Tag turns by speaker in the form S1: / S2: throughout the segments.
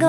S1: 有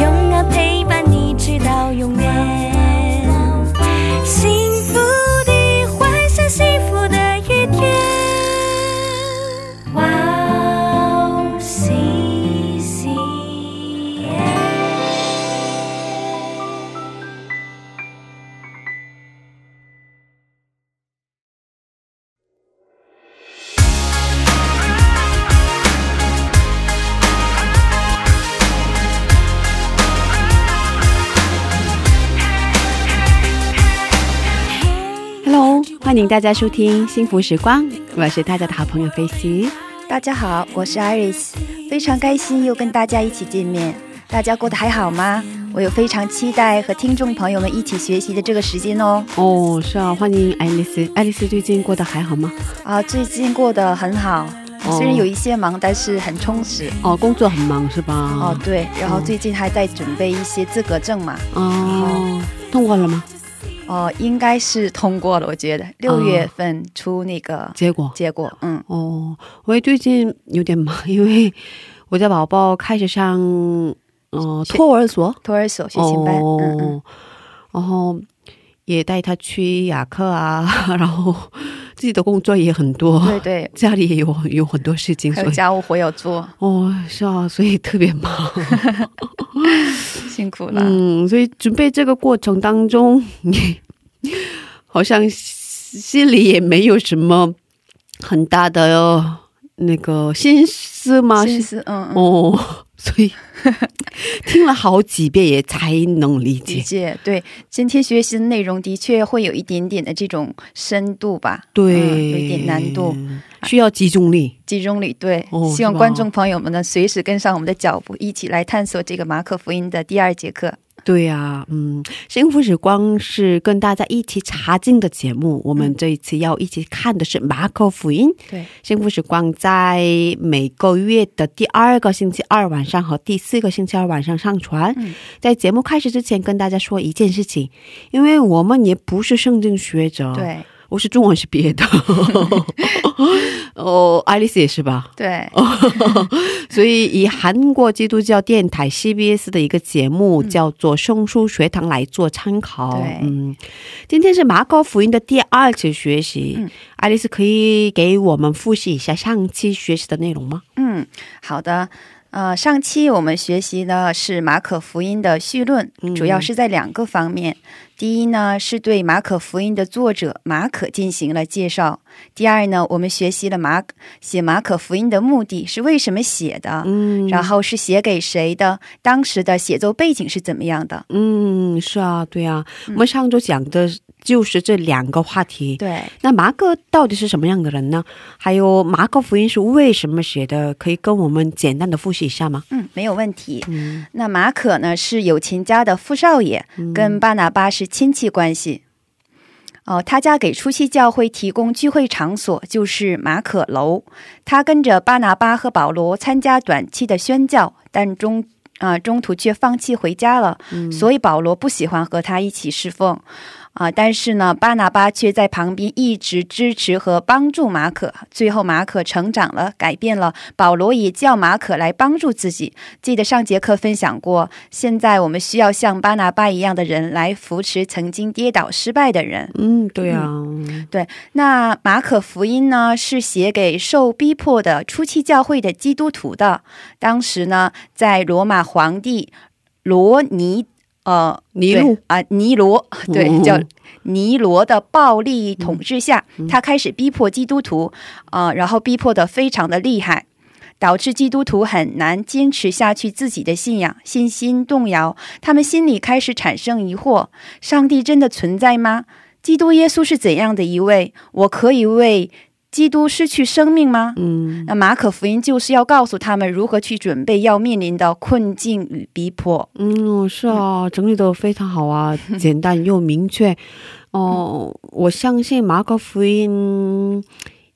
S1: 永远陪伴你直到永远。幸福的幻想，幸福的一天。哇哦，西西耶！
S2: Hello，欢迎大家收听《幸福时光》，我是大家的好朋友飞行。
S3: 大家好，我是 Iris，非常开心又跟大家一起见面。大家过得还好吗？我有非常期待和听众朋友们一起学习的这个时间哦。
S2: 哦，是啊，欢迎爱丽丝。爱丽丝最近过得还好吗？
S3: 啊，最近过得很好，
S2: 哦
S3: 虽然有一些忙，但是很充实。
S2: 哦，工作很忙是吧？
S3: 哦，对，然
S2: 嗯
S3: 后最近还在准备一些资格证嘛，
S2: 哦，通过了吗？
S3: 哦，应该是通过了，我觉
S2: 啊
S3: 得六月份出那个
S2: 结果？
S3: 结果，嗯，
S2: 哦，我也最近有点忙， 因为我家宝宝开始上呃
S3: 学
S2: 托儿所，
S3: 托儿所学前班，
S2: 哦、
S3: 嗯嗯，
S2: 然后也带他去雅克啊， 然后自己的工作也很多，
S3: 对 对，
S2: 家里也有有很多事情，
S3: 还
S2: 所
S3: 有
S2: 以
S3: 家务活要做，
S2: 哦，是啊，所以特别 忙。
S3: 辛苦了。
S2: 嗯，所以准备这个过程当中，你好像心里也没有什么很大的那个心思吗？
S3: 心
S2: 啊是
S3: 思，嗯嗯，
S2: 哦，所以听了好几遍也才能理
S3: 理
S2: 解。
S3: 解。对，今天学习的内容的确会有一点点的这种深度吧，
S2: 对、
S3: 嗯有一点难度，，嗯
S2: 需要集中力。
S3: 集中力。对，
S2: 哦
S3: 希
S2: 是
S3: 望
S2: 吧
S3: 观众朋友们呢，随时跟上我们的脚步，一起来探索这个马可福音的第二节课。
S2: 对呀、嗯，幸福时光是跟大家一起查经的节目。我
S3: 嗯
S2: 们这一次要一起看的是马可福音。
S3: 对，
S2: 幸福时光在每个月的第二个星期二晚上和第四个星期二晚上上传。
S3: 嗯
S2: 在节目开始之前，跟大家说一件事情，因为我们也不是圣经学者，，
S3: 对，
S2: 我是中文系毕业的， 哦，爱丽丝也是吧？
S3: 对，
S2: 所以以韩国基督教电台 CBS 的一个节目叫做《圣书学堂》来做参考。
S3: 嗯对
S2: 嗯，今天是马可福音的第二次学习。
S3: 嗯
S2: 爱丽丝可以给我们复习一下上期学习的内容吗？
S3: 嗯，好的。呃，上期我们学习的是马可福音的绪论，
S2: 嗯
S3: 主要是在两个方面。第一呢，是对马可福音的作者马可进行了介绍；第二呢，我们学习了马写马可福音的目的是为什么写的，
S2: 嗯
S3: 然后是写给谁的，当时的写作背景是怎么样的。
S2: 嗯，是啊，对啊，我们上周讲的就是这两个话题。
S3: 嗯对，
S2: 那马可到底是什么样的人呢？还有马可福音是为什么写的？可以跟我们简单的复习一下吗？
S3: 嗯，没有问题。
S2: 嗯
S3: 那马可呢是有钱家的富少爷，跟巴拿巴是亲戚关系。哦，他家给初期教会提供聚会场所，就是马可楼。他跟着巴拿巴和保罗参加短期的宣教，但中啊、中途却放弃回家了，所以保罗不喜欢和他一起侍奉。啊、但是呢，巴拿巴却在旁边一直支持和帮助马可。最后，马可成长了，改变了，保罗也叫马可来帮助自己。记得上节课分享过，现在我们需要像巴拿巴一样的人来扶持曾经跌倒失败的人。
S2: 嗯，对啊，
S3: 那马可福音呢，是写给受逼迫的初期教会的基督徒的。当时呢，在罗马皇帝罗尼呃
S2: 尼禄
S3: 对啊、尼罗对
S2: 嗯
S3: 叫尼罗的暴力统治下，他开始逼迫基督徒，呃，然后逼迫的非常的厉害。导致基督徒很难坚持下去自己的信仰，信心动摇，他们心里开始产生疑惑：上帝真的存在吗？基督耶稣是怎样的一位？我可以为基督失去生命吗？
S2: 嗯
S3: 那马可福音就是要告诉他们如何去准备要面临的困境与逼迫。
S2: 嗯，是啊，整理的非常好啊，简单又明 确。哦，我相信马可福音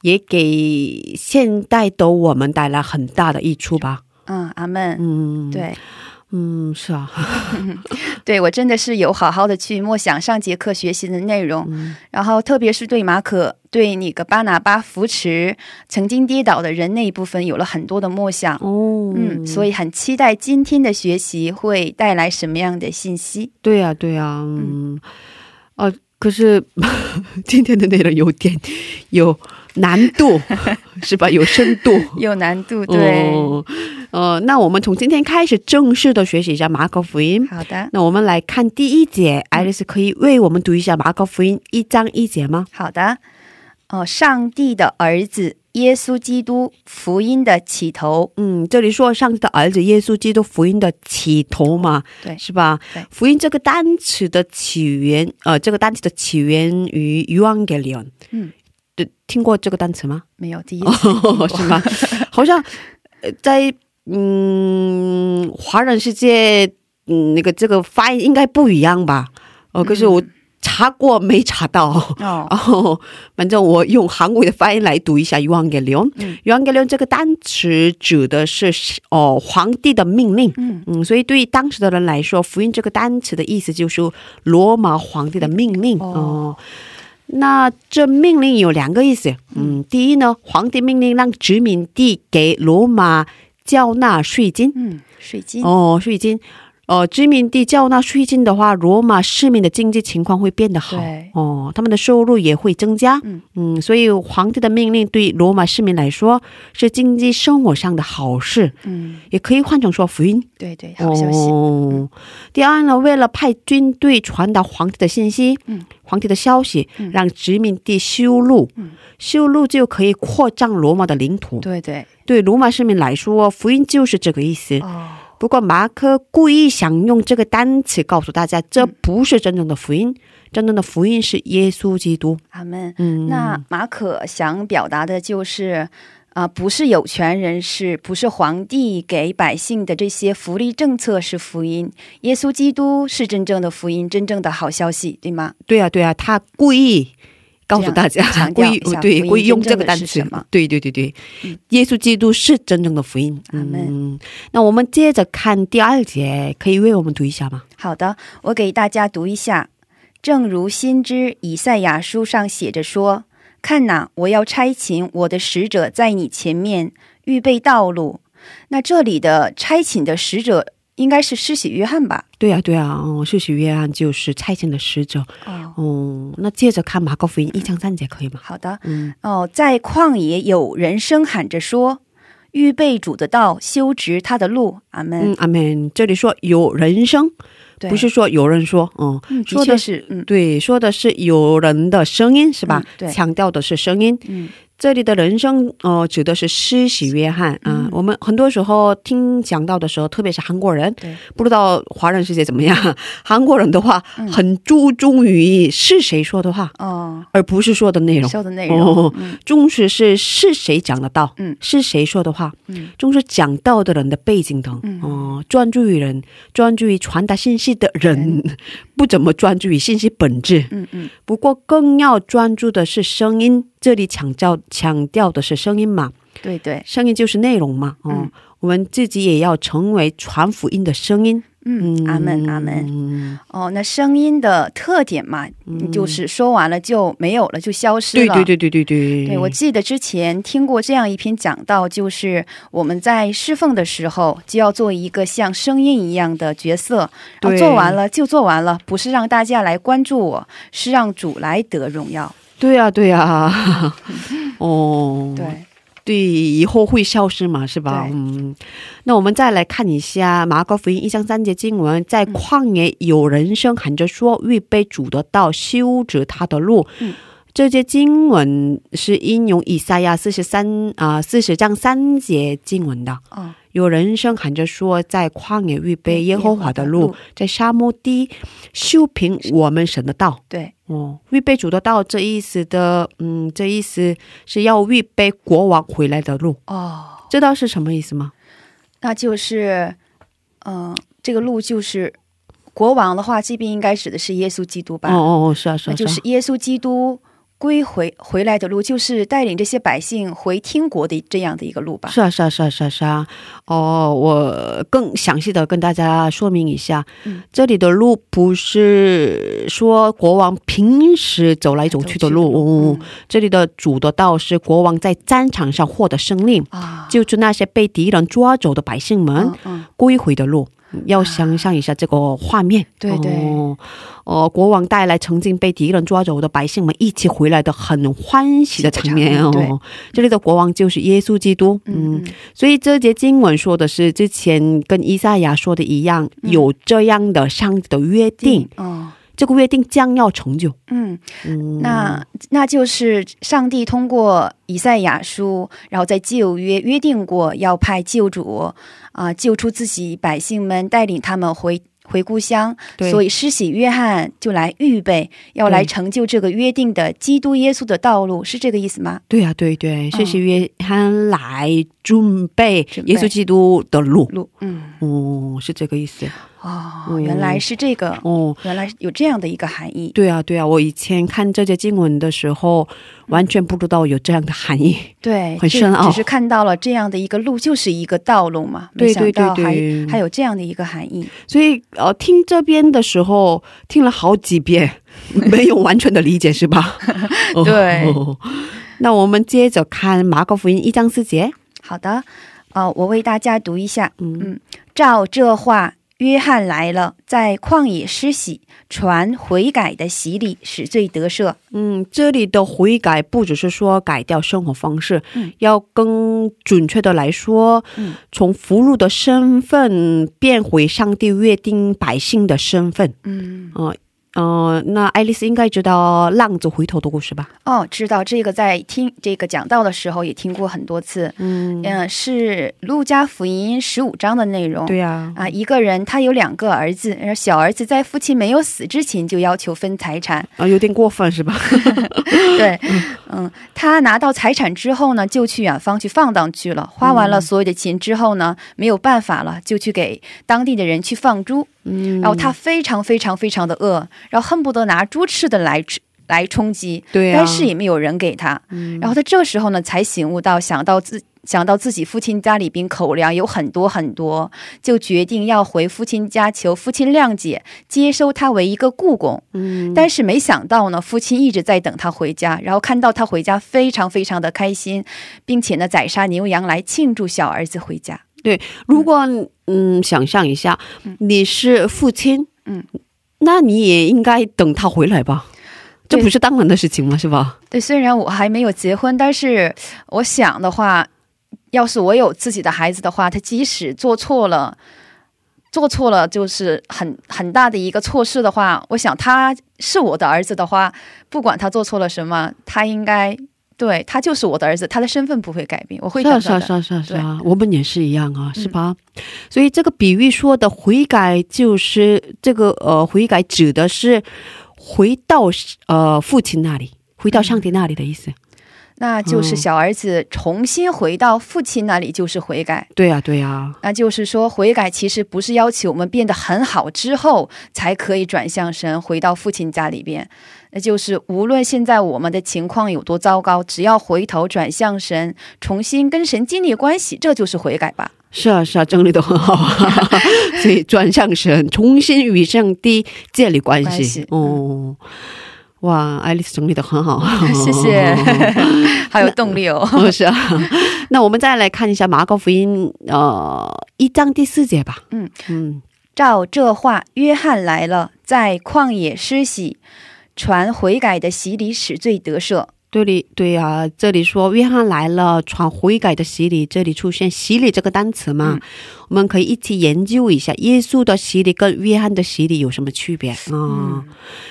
S2: 也给现代的我们带来很大的益处吧。
S3: 嗯，阿门。
S2: 嗯，，
S3: 对，
S2: 嗯，是啊，
S3: 对我真的是有好好的去默想上节课学习的内容，
S2: 嗯
S3: 然后特别是对马可对那个巴拿巴扶持曾经跌倒的人那一部分有了很多的默想。
S2: 哦，
S3: 嗯，所以很期待今天的学习会带来什么样的信息。
S2: 对呀、对呀、嗯，呃，可是嗯今天的内容有点有难 度，是吧？有深度。
S3: 有难度，对，
S2: 嗯，呃，那我们从今天开始正式的学习一下马可福音。
S3: 好的，
S2: 那我们来看第一节，
S3: 嗯
S2: 爱丽丝可以为我们读一下马可福音一章一节吗？
S3: 好的。哦，上帝的儿子耶稣基督福音的起头，
S2: 嗯，这里说上帝的儿子耶稣基督福音的起头嘛，
S3: 对
S2: 是吧
S3: 对？
S2: 福音这个单词的起源，呃，这个单词的起源于 evangelion。
S3: 嗯，
S2: 对，听过这个单词吗？
S3: 没有第一次听 过
S2: 是吗？好像呃在嗯华人世界，嗯那个这个发音应该不一样吧？哦、可
S3: 嗯
S2: 是我查过没查到。
S3: 哦，
S2: 然后，反正我用韩国的发音来读一下 “evangelion”。
S3: 嗯
S2: “evangelion” 这个单词指的是哦皇帝的命令。
S3: 嗯
S2: 嗯，所以对于当时的人来说，“福音”这个单词的意思就是罗马皇帝的命令
S3: 哦
S2: 哦、那这命令有两个意思，嗯，第一呢，皇帝命令让殖民地给罗马缴纳税金，
S3: 嗯，水晶，
S2: 哦，税金，哦，殖民地缴纳税金的话，罗马市民的经济情况会变得好
S3: 对，
S2: 哦，他们的收入也会增加，
S3: 嗯
S2: 所以皇帝的命令对罗马市民来说是经济生活上的好事，
S3: 嗯，
S2: 也可以换成说福音，
S3: 对对，好消息，嗯
S2: 哦。第二呢，为了派军队传达皇帝的信息，
S3: 嗯
S2: 皇帝的消息，
S3: 嗯
S2: 让殖民地修路，
S3: 嗯
S2: 修路就可以扩张罗马的领土。
S3: 对对，
S2: 对罗马市民来说，福音就是这个意思。
S3: 哦，
S2: 不过马可故意想用这个单词告诉大家，这
S3: 嗯
S2: 不是真正的福音，真正的福音是耶稣基督。
S3: 阿门。
S2: 嗯，
S3: 那马可想表达的就是，啊、不是有权人士，不是皇帝给百姓的这些福利政策是福音，耶稣基督是真正的福音，真正的好消息，对吗？
S2: 对啊，对啊，他故意告诉大家
S3: 这样强，
S2: 故
S3: 调
S2: 意
S3: 一下
S2: 对
S3: 福音
S2: 故意用这个
S3: 真正的
S2: 单
S3: 是
S2: 词
S3: 什么，
S2: 对对对对，
S3: 嗯
S2: 耶稣基督是真正的福音。
S3: 阿门
S2: 嗯，那我们接着看第二节，可以为我们读一下吗？
S3: 好的，我给大家读一下。正如先知以赛亚书上写着说：“看哪，我要差遣我的使者在你前面预备道路。”那这里的差遣的使者应该是施洗约翰吧？
S2: 对啊，对啊，哦，是许约翰就是差遣的使者。
S3: 哦，
S2: 哦，那接着看马可福音一章三节，可以吗？
S3: 好的。
S2: 嗯，
S3: 哦，在旷野有人声喊着说：“预备主的道，修直他的路。”阿门。
S2: 嗯，阿门。这里说有人声，
S3: 对，
S2: 不是说有人说，嗯，
S3: 嗯，
S2: 说的
S3: 的确是，嗯
S2: 对，说的是有人的声音是吧
S3: 嗯？对
S2: 强调的是声音。
S3: 嗯，
S2: 这里的人生，呃，指的是施洗约翰
S3: 嗯
S2: 啊、我们很多时候听讲到的时候，特别是韩国人，
S3: 对，嗯
S2: 不知道华人世界怎么样。韩国人的话，很注重于是谁说的话，
S3: 哦，
S2: 而不是说的内容。
S3: 修的内容，
S2: 哦
S3: 嗯
S2: 重视是是谁讲的道，
S3: 嗯
S2: 是谁说的话，
S3: 嗯，
S2: 重视讲道的人的背景等，
S3: 嗯
S2: 哦、专注于人，专注于传达信息的人， 不怎么专注于信息本质。
S3: 嗯嗯，
S2: 不过更要专注的是声音，这里强调强调的是声音嘛，
S3: 对对，
S2: 声音就是内容嘛，哦、
S3: 嗯
S2: 我们自己也要成为传福音的声音。
S3: 嗯，阿门阿门。
S2: 嗯，
S3: 哦，那声音的特点嘛，就是说完了就没有了，就消失
S2: 对
S3: 了。
S2: 对对对对对，
S3: 对，我记得之前听过这样一篇讲到，就是我们在侍奉的时候就要做一个像声音一样的角色，然后
S2: 对
S3: 做完了就做完了，不是让大家来关注我，是让主来得荣耀。
S2: 对呀、对呀、啊 哦，
S3: 对，
S2: 对，以后会消失嘛，是吧？
S3: 对
S2: 嗯，那我们再来看一下马可福音一章三节经文，在旷野有人声喊着说：“预备主的道，修直他的路。
S3: 嗯
S2: 这些经文是应用以赛亚四十三啊四十章三节经文的。
S3: 哦，
S2: 有人声喊着说：“在旷野预备耶和华的
S3: 耶和
S2: 路，
S3: 华的路
S2: 在沙漠地修平我们神的道。”
S3: 对，
S2: 哦，预备主的道这意思的，嗯，这意思是要预备国王回来的路，
S3: 哦，
S2: 这道是什么意思吗？
S3: 那就是，嗯、这个路就是国王的话，这边应该指的是耶稣基督吧？
S2: 哦哦哦，是啊是
S3: 那
S2: 啊，
S3: 就是是耶稣基督归回回来的路，就是带领这些百姓回天国的这样的一个路吧。
S2: 是啊，是啊，是啊，是啊，是啊。哦，我更详细的跟大家说明一下，
S3: 嗯
S2: 这里的路不是说国王平时走来走去的路，
S3: 走去的路
S2: 嗯
S3: 嗯
S2: 这里的主的道是国王在战场上获得胜利，
S3: 啊，
S2: 就是那些被敌人抓走的百姓们
S3: 嗯嗯，
S2: 归回的路。要想象一下这个画面，
S3: 啊对对
S2: 哦，哦，国王带来曾经被敌人抓走的百姓们一起回来的很欢喜的场面
S3: 喜的场面
S2: 哦。这里的国王就是耶稣基督，嗯，
S3: 嗯
S2: 所以这节经文说的是之前跟以赛亚说的一样，
S3: 嗯
S2: 有这样的上帝的约定，
S3: 哦，
S2: 这个约定将要成就。
S3: 嗯，
S2: 嗯，
S3: 那那就是上帝通过以赛亚书，然后在旧约约定过要派救主啊、救出自己百姓们，带领他们回。回故乡，
S2: 对
S3: 所以施洗约翰就来预备，要来成就这个约定的基督耶稣的道路，是这个意思吗？
S2: 对啊，对对，谢谢约翰来准备
S3: 准备
S2: 耶稣基督的路。
S3: 路，嗯，
S2: 哦，是这个意思。
S3: 哦，
S2: 嗯
S3: 原来是这个，
S2: 哦，
S3: 原来有这样的一个含义。
S2: 对啊，对啊，我以前看这节经文的时候，完全不知道有这样的含义。
S3: 对，
S2: 很
S3: 这
S2: 深奥
S3: 只是看到了这样的一个路，就是一个道路嘛。
S2: 对
S3: 没想到
S2: 对
S3: 还
S2: 对对
S3: 还有这样的一个含义。
S2: 所以呃，听这边的时候听了好几遍，没有完全的理解是吧？
S3: 对
S2: 哦那我们接着看马可福音一章四节，
S3: 好的，呃，我为大家读一下。
S2: 嗯
S3: 照这话，约翰来了，在旷野施洗，传悔改的洗礼，使罪得赦。
S2: 嗯，这里的悔改不只是说改掉生活方式，
S3: 嗯
S2: 要更准确的来说，
S3: 嗯
S2: 从俘虏的身份变回上帝约定百姓的身份。
S3: 嗯，
S2: 呃，那爱丽丝应该知道浪子回头的故事吧？
S3: 哦，知道这个，在听这个讲道的时候也听过很多次。
S2: 嗯
S3: 嗯、是《路加福音》十五章的内容。
S2: 对呀、
S3: 啊，一个人他有两个儿子，而小儿子在父亲没有死之前就要求分财产，
S2: 啊，有点过分是吧？
S3: 对，嗯，他拿到财产之后呢，就去远方去放荡去了。花完了所有的钱之后呢，没有办法了，就去给当地的人去放猪。
S2: 嗯
S3: 然后他非常非常非常的饿，然后恨不得拿猪吃的来吃来充饥，
S2: 对啊嗯呀、
S3: 但是也没有人给他。然后他这时候呢，才醒悟到，想到自。想到自己父亲家里边口粮有很多很多，就决定要回父亲家求父亲谅解，接收他为一个故宫。
S2: 嗯
S3: 但是没想到呢，父亲一直在等他回家，然后看到他回家，非常非常的开心，并且呢，宰杀牛羊来庆祝小儿子回家。
S2: 如果嗯，想象一下，你是父亲，
S3: 嗯，
S2: 那你也应该等他回来吧？这
S3: 对
S2: 不是当然的事情吗？是吧？
S3: 对，虽然我还没有结婚，但是我想的话，要是我有自己的孩子的话，他即使做错了，做错了就是很很大的一个错事的话，我想他是我的儿子的话，不管他做错了什么，他应该对他就是我的儿子，他的身份不会改变，我会
S2: 是
S3: 等
S2: 啊，是啊，
S3: 他的。嗯
S2: 是啊，是啊，是啊，我们也是一样啊，是吧？所以这个比喻说的悔改，就是这个呃，悔改指的是回到呃父亲那里，回
S3: 嗯
S2: 到上帝那里的意思。
S3: 那就
S2: 嗯
S3: 是小儿子重新回到父亲那里，就是悔改。
S2: 对呀、对呀、啊，
S3: 那就是说，悔改其实不是要求我们变得很好之后才可以转向神，回到父亲家里边。那就是无论现在我们的情况有多糟糕，只要回头转向神，重新跟神建立关系，这就是悔改吧。
S2: 是啊，是啊，整理的很好 啊，所以转向神，重新与上帝建立关系。
S3: 关系嗯
S2: 哦，哇，爱丽丝整理的很好，
S3: 谢谢，好有动力哦。
S2: 哦， 是啊。那我们再来看一下马可福音呃一章第四节吧。
S3: 嗯
S2: 嗯，
S3: 照这话，约翰来了，在旷野施洗，传悔改的洗礼，使罪得赦。
S2: 对里对呀、这里说约翰来了，传悔改的洗礼，这里出现洗礼这个单词
S3: 嗯
S2: 嘛，我们可以一起研究一下耶稣的洗礼跟约翰的洗礼有什么区别啊、
S3: 嗯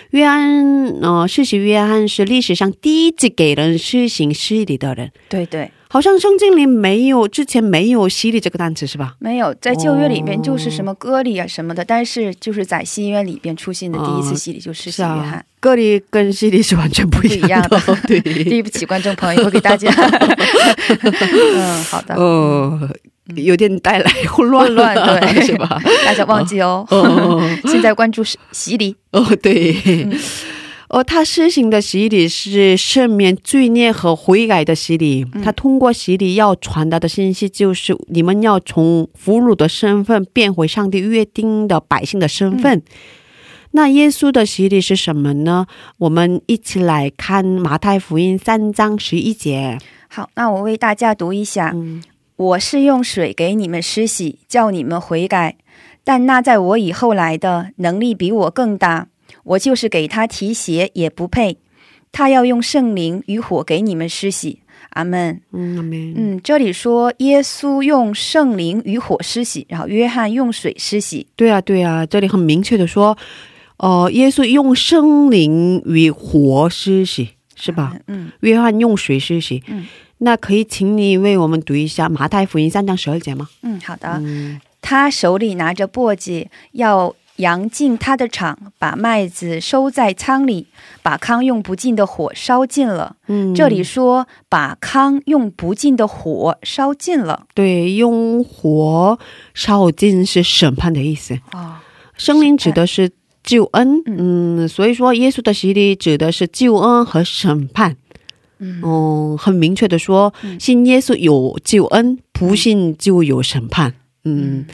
S2: 约翰，呃，施洗约翰是历史上第一次给人施行洗礼的人，
S3: 对对，
S2: 好像圣经里没有，之前没有洗礼这个单词是吧？
S3: 没有，在旧约里面就是
S2: 哦
S3: 什么割礼啊什么的，但是就是在新约里边出现的第一次洗礼啊就是洗约翰。
S2: 啊，个例跟洗礼是完全不一样的，
S3: 不一样
S2: 对。
S3: 对不起，观众朋友，我给大 家，嗯，好的，
S2: 呃，有点带来混乱
S3: 混乱
S2: 了
S3: 对
S2: 是吧？
S3: 大家忘记哦。
S2: 哦
S3: 现在关注洗洗礼，
S2: 哦，对，呃，他施行的洗礼是赦免罪孽和悔改的洗礼。他通过洗礼要传达的信息就是，你们要从俘虏的身份变回上帝约定的百姓的身份。那耶稣的洗礼是什么呢？我们一起来看马太福音三章十一节。
S3: 好，那我为大家读一下。
S2: 嗯
S3: 我是用水给你们施洗，叫你们悔改。但那在我以后来的，能力比我更大，我就是给他提鞋也不配。他要用圣灵与火给你们施洗。阿门。
S2: 嗯，阿门
S3: 嗯，这里说耶稣用圣灵与火施洗，然后约翰用水施洗。
S2: 对啊，对啊，这里很明确的说，呃，耶稣用圣灵与活施洗，是吧？
S3: 嗯，
S2: 约翰用水施洗。
S3: 嗯，
S2: 那可以请你为我们读一下马太福音三章十二节吗？
S3: 嗯，好的。
S2: 嗯，
S3: 他手里拿着簸箕，要扬进他的场，把麦子收在仓里，把糠用不尽的火烧尽了。
S2: 嗯
S3: 这里说把糠用不尽的火烧尽了。
S2: 对用火烧尽是审判的意思，
S3: 哦，
S2: 圣灵指的是救恩。嗯，所以说耶稣的洗礼指的是救恩和审判。
S3: 嗯
S2: 嗯，很明确的说，信耶稣有救恩，不信就有审判。嗯，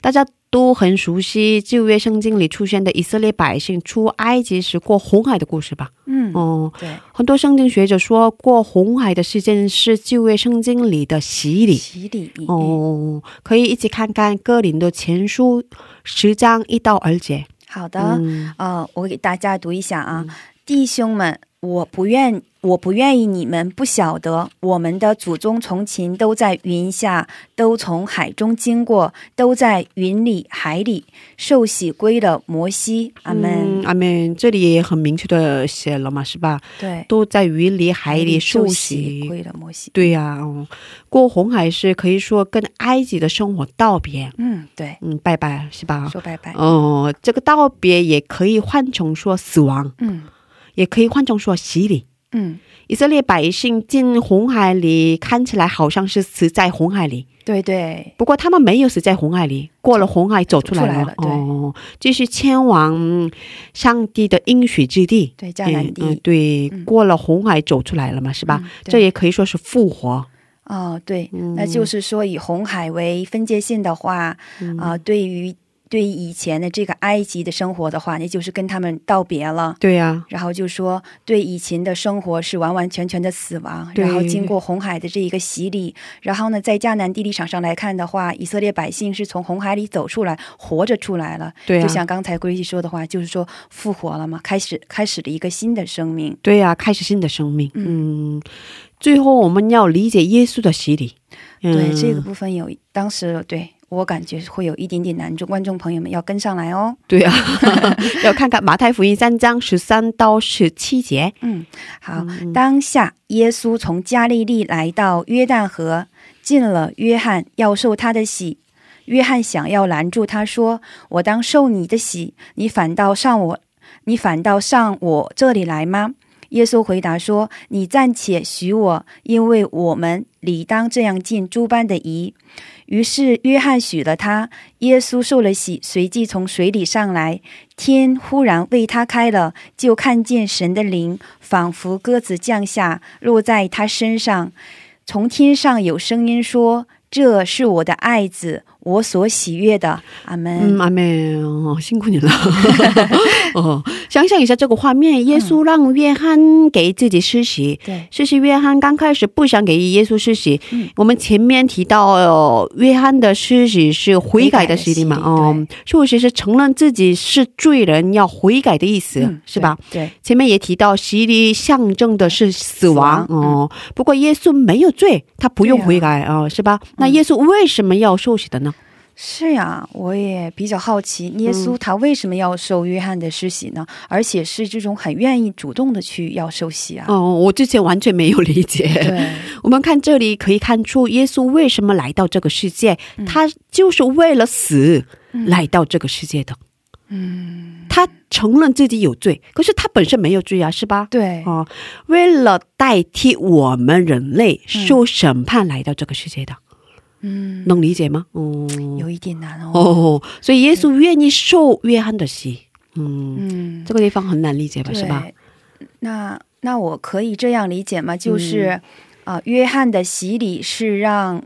S2: 大家都很熟悉旧约圣经里出现的以色列百姓出埃及时过红海的故事吧？
S3: 嗯，
S2: 哦、
S3: 对，
S2: 很多圣经学者说过红海的事件是旧约圣经里的洗礼。
S3: 洗礼。
S2: 哦，可以一起看看《哥林多前书》十章一到二节。
S3: 好的，
S2: 嗯
S3: 呃，我给大家读一下啊，弟兄们，我不愿，我不愿意你们不晓得，我们的祖宗从前都在云下，都从海中经过，都在云里海里受洗归了摩西。阿门。
S2: 嗯阿门。这里也很明确的写了嘛，是吧？
S3: 对，
S2: 都在云里海里受
S3: 洗
S2: 洗。
S3: 归了摩西。
S2: 对呀、哦过红海是可以说跟埃及的生活道别，
S3: 嗯，对，
S2: 嗯，拜拜是吧？
S3: 说拜拜。
S2: 哦，这个道别也可以换成说死亡，
S3: 嗯
S2: 也可以换成说洗礼。
S3: 嗯，
S2: 以色列百姓进红海里，看起来好像是死在红海里，
S3: 对对，
S2: 不过他们没有死在红海里，过了红海走出来了，
S3: 走出来了
S2: 哦，继续前往上帝的应许之地。
S3: 对迦南地
S2: 嗯嗯对，过了红海走出来了嘛，是吧？
S3: 嗯对
S2: 这也可以说是复活。
S3: 哦，对，
S2: 嗯
S3: 那就是说以红海为分界线的话，啊、
S2: 嗯
S3: 对于对于以前的这个埃及的生活的话，那就是跟他们道别了。
S2: 对呀、
S3: 然后就说对以前的生活是完完全全的死亡，
S2: 对
S3: 然后经过红海的这一个洗礼，然后呢，在迦南地理场上来看的话，以色列百姓是从红海里走出来，活着出来了。
S2: 对啊呀、
S3: 就像刚才归西说的话，就是说复活了嘛，开始开始了一个新的生命。
S2: 对呀、开始新的生命。嗯，最后我们要理解耶稣的洗礼。嗯、
S3: 对这个部分有，当时对我感觉会有一点点难度，观众朋友们要跟上来哦。
S2: 对啊， 要看看马太福音三章十三到十七节。
S3: 嗯，好，当下耶稣从加利利来到约旦河，进了约翰，要受他的洗。约翰想要拦住他说：“我当受你的洗，你反倒上我，你反倒上我这里来吗？”耶稣回答说：“你暂且许我，因为我们理当这样尽诸般的仪。”于是约翰许了他，耶稣受了洗，随即从水里上来，天忽然为他开了，就看见神的灵仿佛鸽子降下，落在他身上。从天上有声音说：“这是我的爱子，我所喜悦的。”阿门。
S2: 嗯，阿妹，哦，辛苦你 了。 哦，想象一下这个画面，耶稣让约翰给自己施洗。
S3: 对，
S2: 施洗约翰刚开始不想给耶稣施洗，
S3: 嗯
S2: 我们前面提到、呃约翰的施洗是悔改的洗礼嘛，
S3: 悔改的洗
S2: 哦
S3: 礼，
S2: 受洗是承认自己是罪人，要悔改的意思，
S3: 嗯
S2: 是吧？？
S3: 对，
S2: 前面也提到洗礼象征的是死亡
S3: 死亡嗯
S2: 哦、不过耶稣没有罪，他不用悔改啊、哦是吧？
S3: 嗯
S2: 那耶稣为什么要受洗的呢？
S3: 是呀，我也比较好奇，耶
S2: 嗯
S3: 稣他为什么要受约翰的施洗呢？而且是这种很愿意主动的去要受洗啊。
S2: 哦，我之前完全没有理 解。
S3: 对，
S2: 我们看这里可以看出，耶稣为什么来到这个世界，他就是为了死来到这个世界的。嗯，他承认自己有罪，可是他本身没有罪啊，是吧？
S3: 对，
S2: 哦，为了代替我们人类受审判来到这个世界的，
S3: 嗯，
S2: 能理解吗？嗯，
S3: 有一点难哦。
S2: 哦，所以耶稣愿意受约翰的洗，嗯，
S3: 嗯，
S2: 这个地方很难理解吧，是吧？？
S3: 那那我可以这样理解吗？
S2: 嗯
S3: 就是啊、约翰的洗礼是让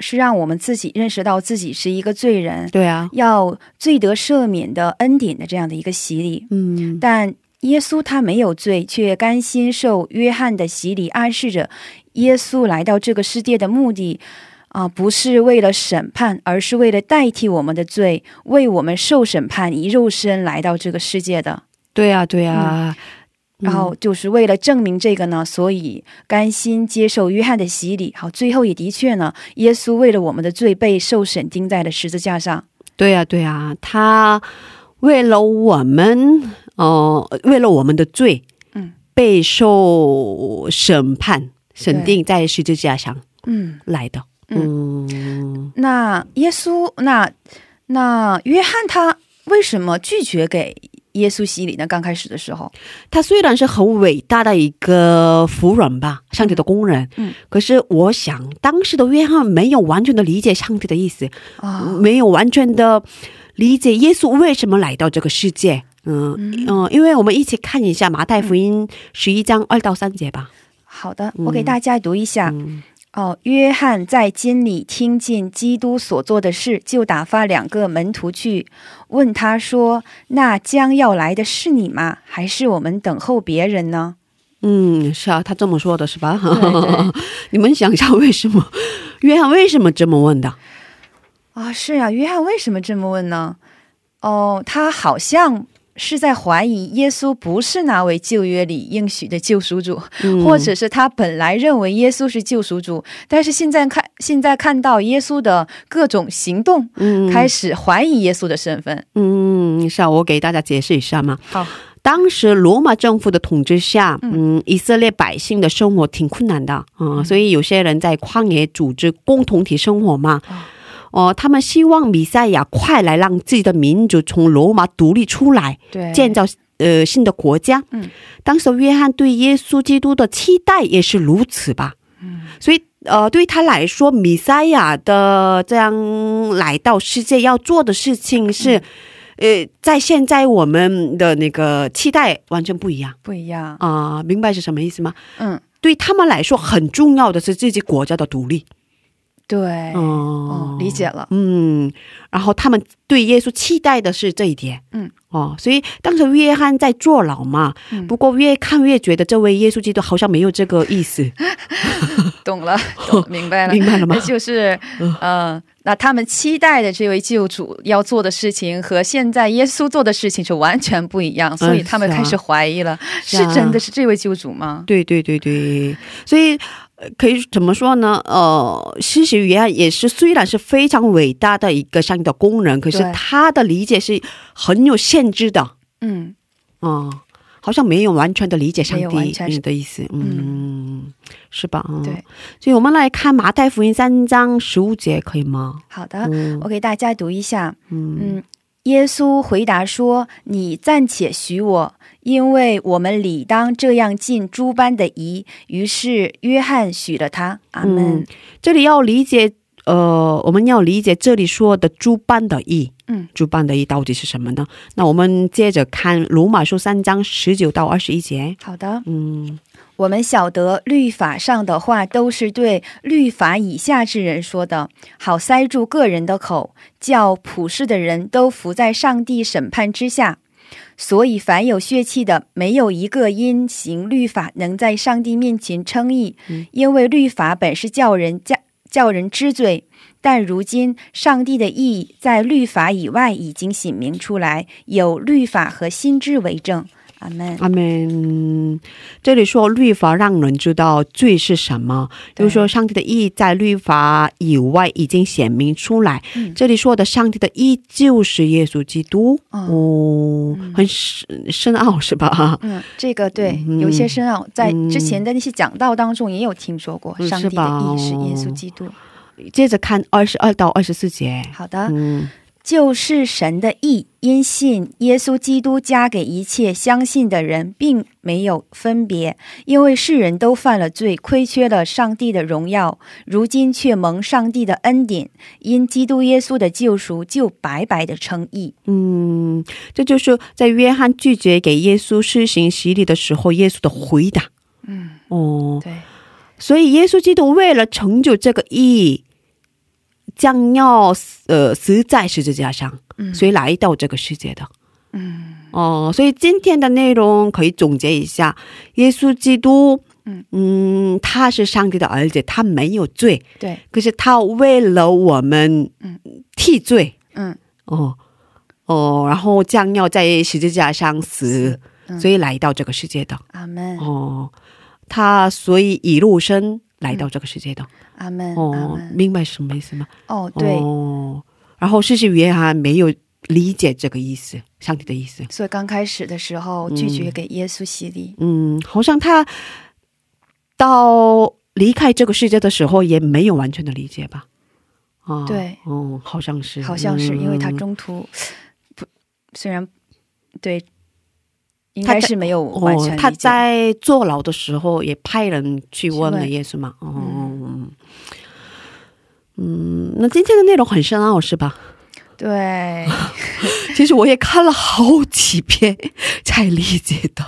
S3: 是让我们自己认识到自己是一个罪人，
S2: 对啊，
S3: 要罪得赦免的恩典的这样的一个洗礼。
S2: 嗯，
S3: 但耶稣他没有罪，却甘心受约翰的洗礼，暗示着耶稣来到这个世界的目的。啊，不是为了审判，而是为了代替我们的罪，为我们受审判，以肉身来到这个世界的。
S2: 对啊，对啊，
S3: 然后就是为了证明这个呢，所以甘心接受约翰的洗礼。好，最后也的确呢，耶稣为了我们的罪被受审，钉在了十字架上。
S2: 对啊，对啊，他为了我们，哦、为了我们的罪，
S3: 嗯，
S2: 备受审判、审
S3: 对
S2: 定在十字架上
S3: 嗯，
S2: 来的。嗯，
S3: 那耶稣，那那约翰他为什么拒绝给耶稣洗礼呢？刚开始的时候，
S2: 他虽然是很伟大的一个仆人吧，上帝的工人，
S3: 嗯，
S2: 可是我想当时的约翰没有完全的理解上帝的意思，
S3: 啊、
S2: 没有完全的理解耶稣为什么来到这个世界。嗯嗯、因为我们一起看一下马太福音十一章二到三节吧。
S3: 好的，我给大家读一下。
S2: 嗯
S3: 哦，约翰在经里听见基督所做的事，就打发两个门徒去问他说：“那将要来的是你吗？还是我们等候别人呢
S2: 嗯，是啊，他这么说的是吧？
S3: 对
S2: 你们想一下，为什么约翰为什么这么问的？？”
S3: 啊，是啊，约翰为什么这么问呢？哦，他好像是在怀疑耶稣不是那位旧约里应许的救赎主，
S2: 嗯
S3: 或者是他本来认为耶稣是救赎主，但是现在看现在看到耶稣的各种行动，
S2: 嗯
S3: 开始怀疑耶稣的身份。
S2: 嗯，是啊，我给大家解释一下嘛。
S3: 好，
S2: 当时罗马政府的统治下，嗯，以色列百姓的生活挺困难的啊、
S3: 嗯
S2: 所以有些人在旷野组织共同体生活嘛。
S3: 啊
S2: 哦、他们希望弥赛亚快来，让自己的民族从罗马独立出来，
S3: 对
S2: 建造呃新的国家。
S3: 嗯，
S2: 当时约翰对耶稣基督的期待也是如此吧。嗯，所以呃，对他来说，弥赛亚的这样来到世界要做的事情是。
S3: 嗯
S2: 呃，在现在我们的那个期待完全不一样
S3: 不一样。
S2: 啊、明白是什么意思吗？
S3: 嗯，
S2: 对他们来说，很重要的是自己国家的独立。
S3: 对，
S2: 哦
S3: 哦，理解了。
S2: 嗯，然后他们对耶稣期待的是这一点，
S3: 嗯，
S2: 哦，所以当时约翰在坐牢嘛，
S3: 嗯
S2: 不过越看越觉得这位耶稣基督好像没有这个意 思，
S3: 懂 了，懂明白了，
S2: 明白了吗嗯
S3: 就是，呃，那他们期待的这位救主要做的事情和现在耶稣做的事情是完全不一样，所以他们
S2: 是啊
S3: 开始怀疑了，
S2: 是
S3: 是
S2: 啊
S3: 真的是这位救主吗？
S2: 对对对对，所以。呃可以怎么说呢？呃，施洗约翰也是，虽然是非常伟大的一个上帝的工人，可是
S3: 对
S2: 他的理解是很有限制的，
S3: 嗯，
S2: 嗯，好像没有完全的理解上
S3: 没有完
S2: 帝
S3: 全是
S2: 的意思，嗯，是吧？嗯
S3: 对，
S2: 所以我们来看马太福音三章十五节，可以吗？
S3: 好的，
S2: 嗯
S3: 我给大家读一下。
S2: 嗯
S3: 嗯，耶稣回答说：“你暂且许我，因为我们理当这样尽诸般的仪。”于是约翰许了他。阿
S2: 嗯
S3: 门。
S2: 这里要理解，呃，我们要理解这里说的诸般的义，
S3: 嗯，
S2: 诸般的义到底是什么呢？那我们接着看罗马书三章十九到二十一节，
S3: 好的，
S2: 嗯
S3: 我们晓得律法上的话都是对律法以下之人说的，好塞住个人的口，叫普世的人都伏在上帝审判之下。所以，凡有血气的，没有一个因行律法能在上帝面前称义，因为律法本是叫人叫叫人知罪。但如今，上帝的义在律法以外已经显明出来，有律法和心知为证。阿门。
S2: 阿门。这里说律法让人知道罪是什么，就
S3: 对
S2: 是说上帝的义在律法以外已经显明出来。
S3: 嗯
S2: 这里说的上帝的义就是耶稣基督。
S3: 嗯
S2: 哦，很深深奥是吧？
S3: 嗯，这个对，
S2: 嗯
S3: 有一些深奥，在
S2: 嗯
S3: 之前的那些讲道当中也有听说过，
S2: 嗯
S3: 上帝
S2: 是
S3: 的
S2: 吧哦
S3: 意是耶稣基督。
S2: 接着看二十二到二十四节。
S3: 好的，
S2: 嗯
S3: 就是神的义，因信耶稣基督加给一切相信的人，并没有分别，因为世人都犯了罪，亏缺了上帝的荣耀，如今却蒙上帝的恩典，因基督耶稣的救赎，就白白的称义。
S2: 嗯，这就是在约翰拒绝给耶稣施行洗礼的时候，耶稣的回答。
S3: 嗯，
S2: 哦，
S3: 对，
S2: 所以耶稣基督为了成就这个义，将要死呃死在十字架上，
S3: 嗯
S2: 所以来到这个世界的。
S3: 嗯
S2: 哦，所以今天的内容可以总结一下：耶稣基督，
S3: 嗯
S2: 嗯，他是上帝的儿子，他没有罪，
S3: 对，
S2: 可是他为了我们
S3: 嗯
S2: 替罪，
S3: 嗯
S2: 哦哦，然后将要在十字架上死，
S3: 嗯
S2: 所以来到这个世界的。
S3: 阿门
S2: 哦，他所以一路生来到这个世界的。
S3: 阿门阿
S2: 哦，
S3: 门
S2: 明白什么意思吗？
S3: 哦，嗯对，
S2: 哦，然后事实约翰没有理解这个意思，上帝的意思。
S3: 所以刚开始的时候拒绝给耶稣洗礼，
S2: 嗯，好像他到离开这个世界的时候，也没有完全的理解吧？啊、
S3: 对，
S2: 嗯，好像是，
S3: 好像是，
S2: 嗯
S3: 因为他中途不，虽然对，应
S2: 他
S3: 该
S2: 在
S3: 是没有完全
S2: 哦
S3: 理解、，
S2: 他在坐牢的时候也派人去问
S3: 去
S2: 了
S3: 问
S2: 耶稣嘛。哦，嗯嗯，那今天的内容很深奥是吧？
S3: 对
S2: 其实我也看了好几遍才理解的。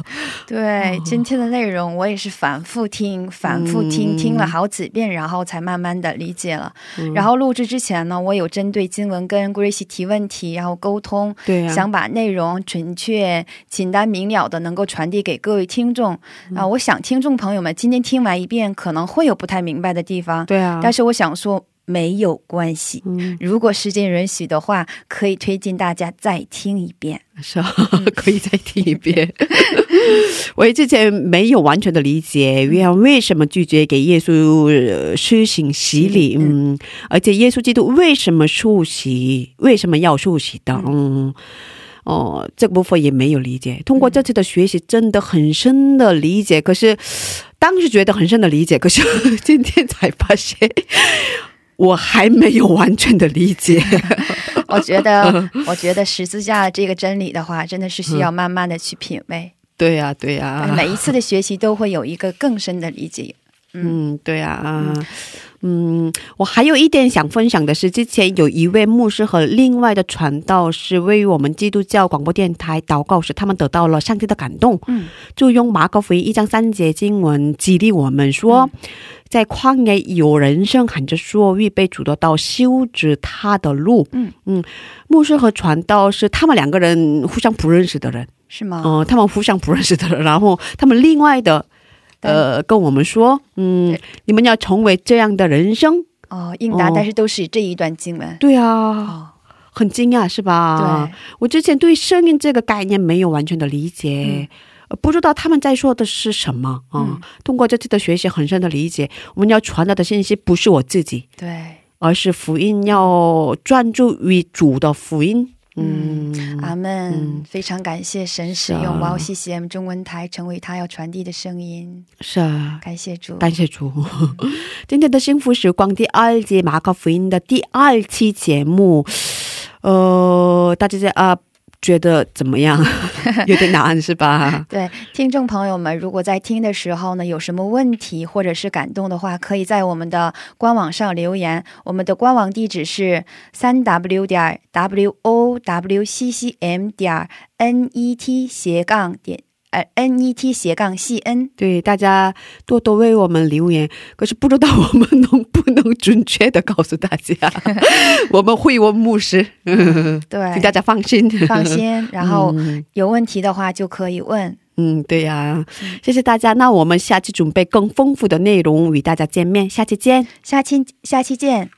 S3: 对、
S2: 哦
S3: 今天的内容，我也是反复听、反复
S2: 嗯
S3: 听，听了好几遍，然后才慢慢的理解了、然后录制之前呢，我有针对经文跟 Grace 提问题，然后沟通，
S2: 对啊呀、
S3: 想把内容准确、简单明了的能够传递给各位听众啊、
S2: 嗯
S3: 我想听众朋友们今天听完一遍，可能会有不太明白的地方，
S2: 对啊，
S3: 但是我想说没有关系。
S2: 嗯，
S3: 如果时间允许的话，可以推荐大家再听一 遍。
S2: 是啊，可以再听一遍。 我之前没有完全的理解约翰为什么拒绝给耶稣呃施行洗礼，嗯，而且耶稣基督为什么受洗，为什么要受洗的，嗯。哦，这个部分也没有理解。通过这次的学习，真的很深的理解。可是当时觉得很深的理解，可是今天才发现，我还没有完全的理解。
S3: 我觉得，我觉得十字架这个真理的话，真的是需要慢慢的去品味。
S2: 对呀、对呀、
S3: 每一次的学习都会有一个更深的理解。
S2: 嗯，对呀、啊，嗯，我还有一点想分享的是，之前有一位牧师和另外的传道是位于我们基督教广播电台祷告时，他们得到了上帝的感动，
S3: 嗯，
S2: 就用马可福音一章三节经文激励我们说，
S3: 嗯
S2: 在旷野有人声喊着说，预备主的道，修直他的路。
S3: 嗯
S2: 嗯，牧师和传道是他们两个人互相不认识的人。
S3: 是吗？
S2: 嗯、他们互相不认识的人，然后他们另外的，呃，跟我们说，嗯
S3: 对，
S2: 你们要成为这样的人生，
S3: 哦，应答，
S2: 哦
S3: 但是都是这一段经文。
S2: 对啊，
S3: 哦，
S2: 很惊讶是吧？
S3: 对，
S2: 我之前对声音这个概念没有完全的理解。呃不知道他们在说的是什么啊、
S3: 嗯
S2: 通过这次的学习，很深的理解，我们要传达的信息不是我自己，
S3: 对。
S2: 而是福音，要专注于主的福音。嗯，啊
S3: 阿门！非常感谢神使用 Wow CCM 中文台成为他要传递的声音，
S2: 是啊，
S3: 感谢主。
S2: 感谢主。 今天的幸福时光第二季马可福音的第二期节目，呃，大家啊觉得怎么样？ 有点难是 吧？
S3: 对，听众朋友们，如果在听的时候呢，有什么问题或者是感动的话，可以在我们的官网上留言。我们的官网地址是三 w 点 w o w c c m 点 n e t 斜杠点呃 n e t 斜杠 c n。
S2: 对，大家多多为我们留言。可是不知道我们能不能准确的告诉大 家，我们会问牧师，
S3: 对
S2: 请，大家嗯放心。
S3: 哎放心。然后有问题的话就可以问。
S2: 嗯，对呀、谢谢大家。那我们下期准备更丰富的内容与大家见面，下期见。
S3: 下期下期见。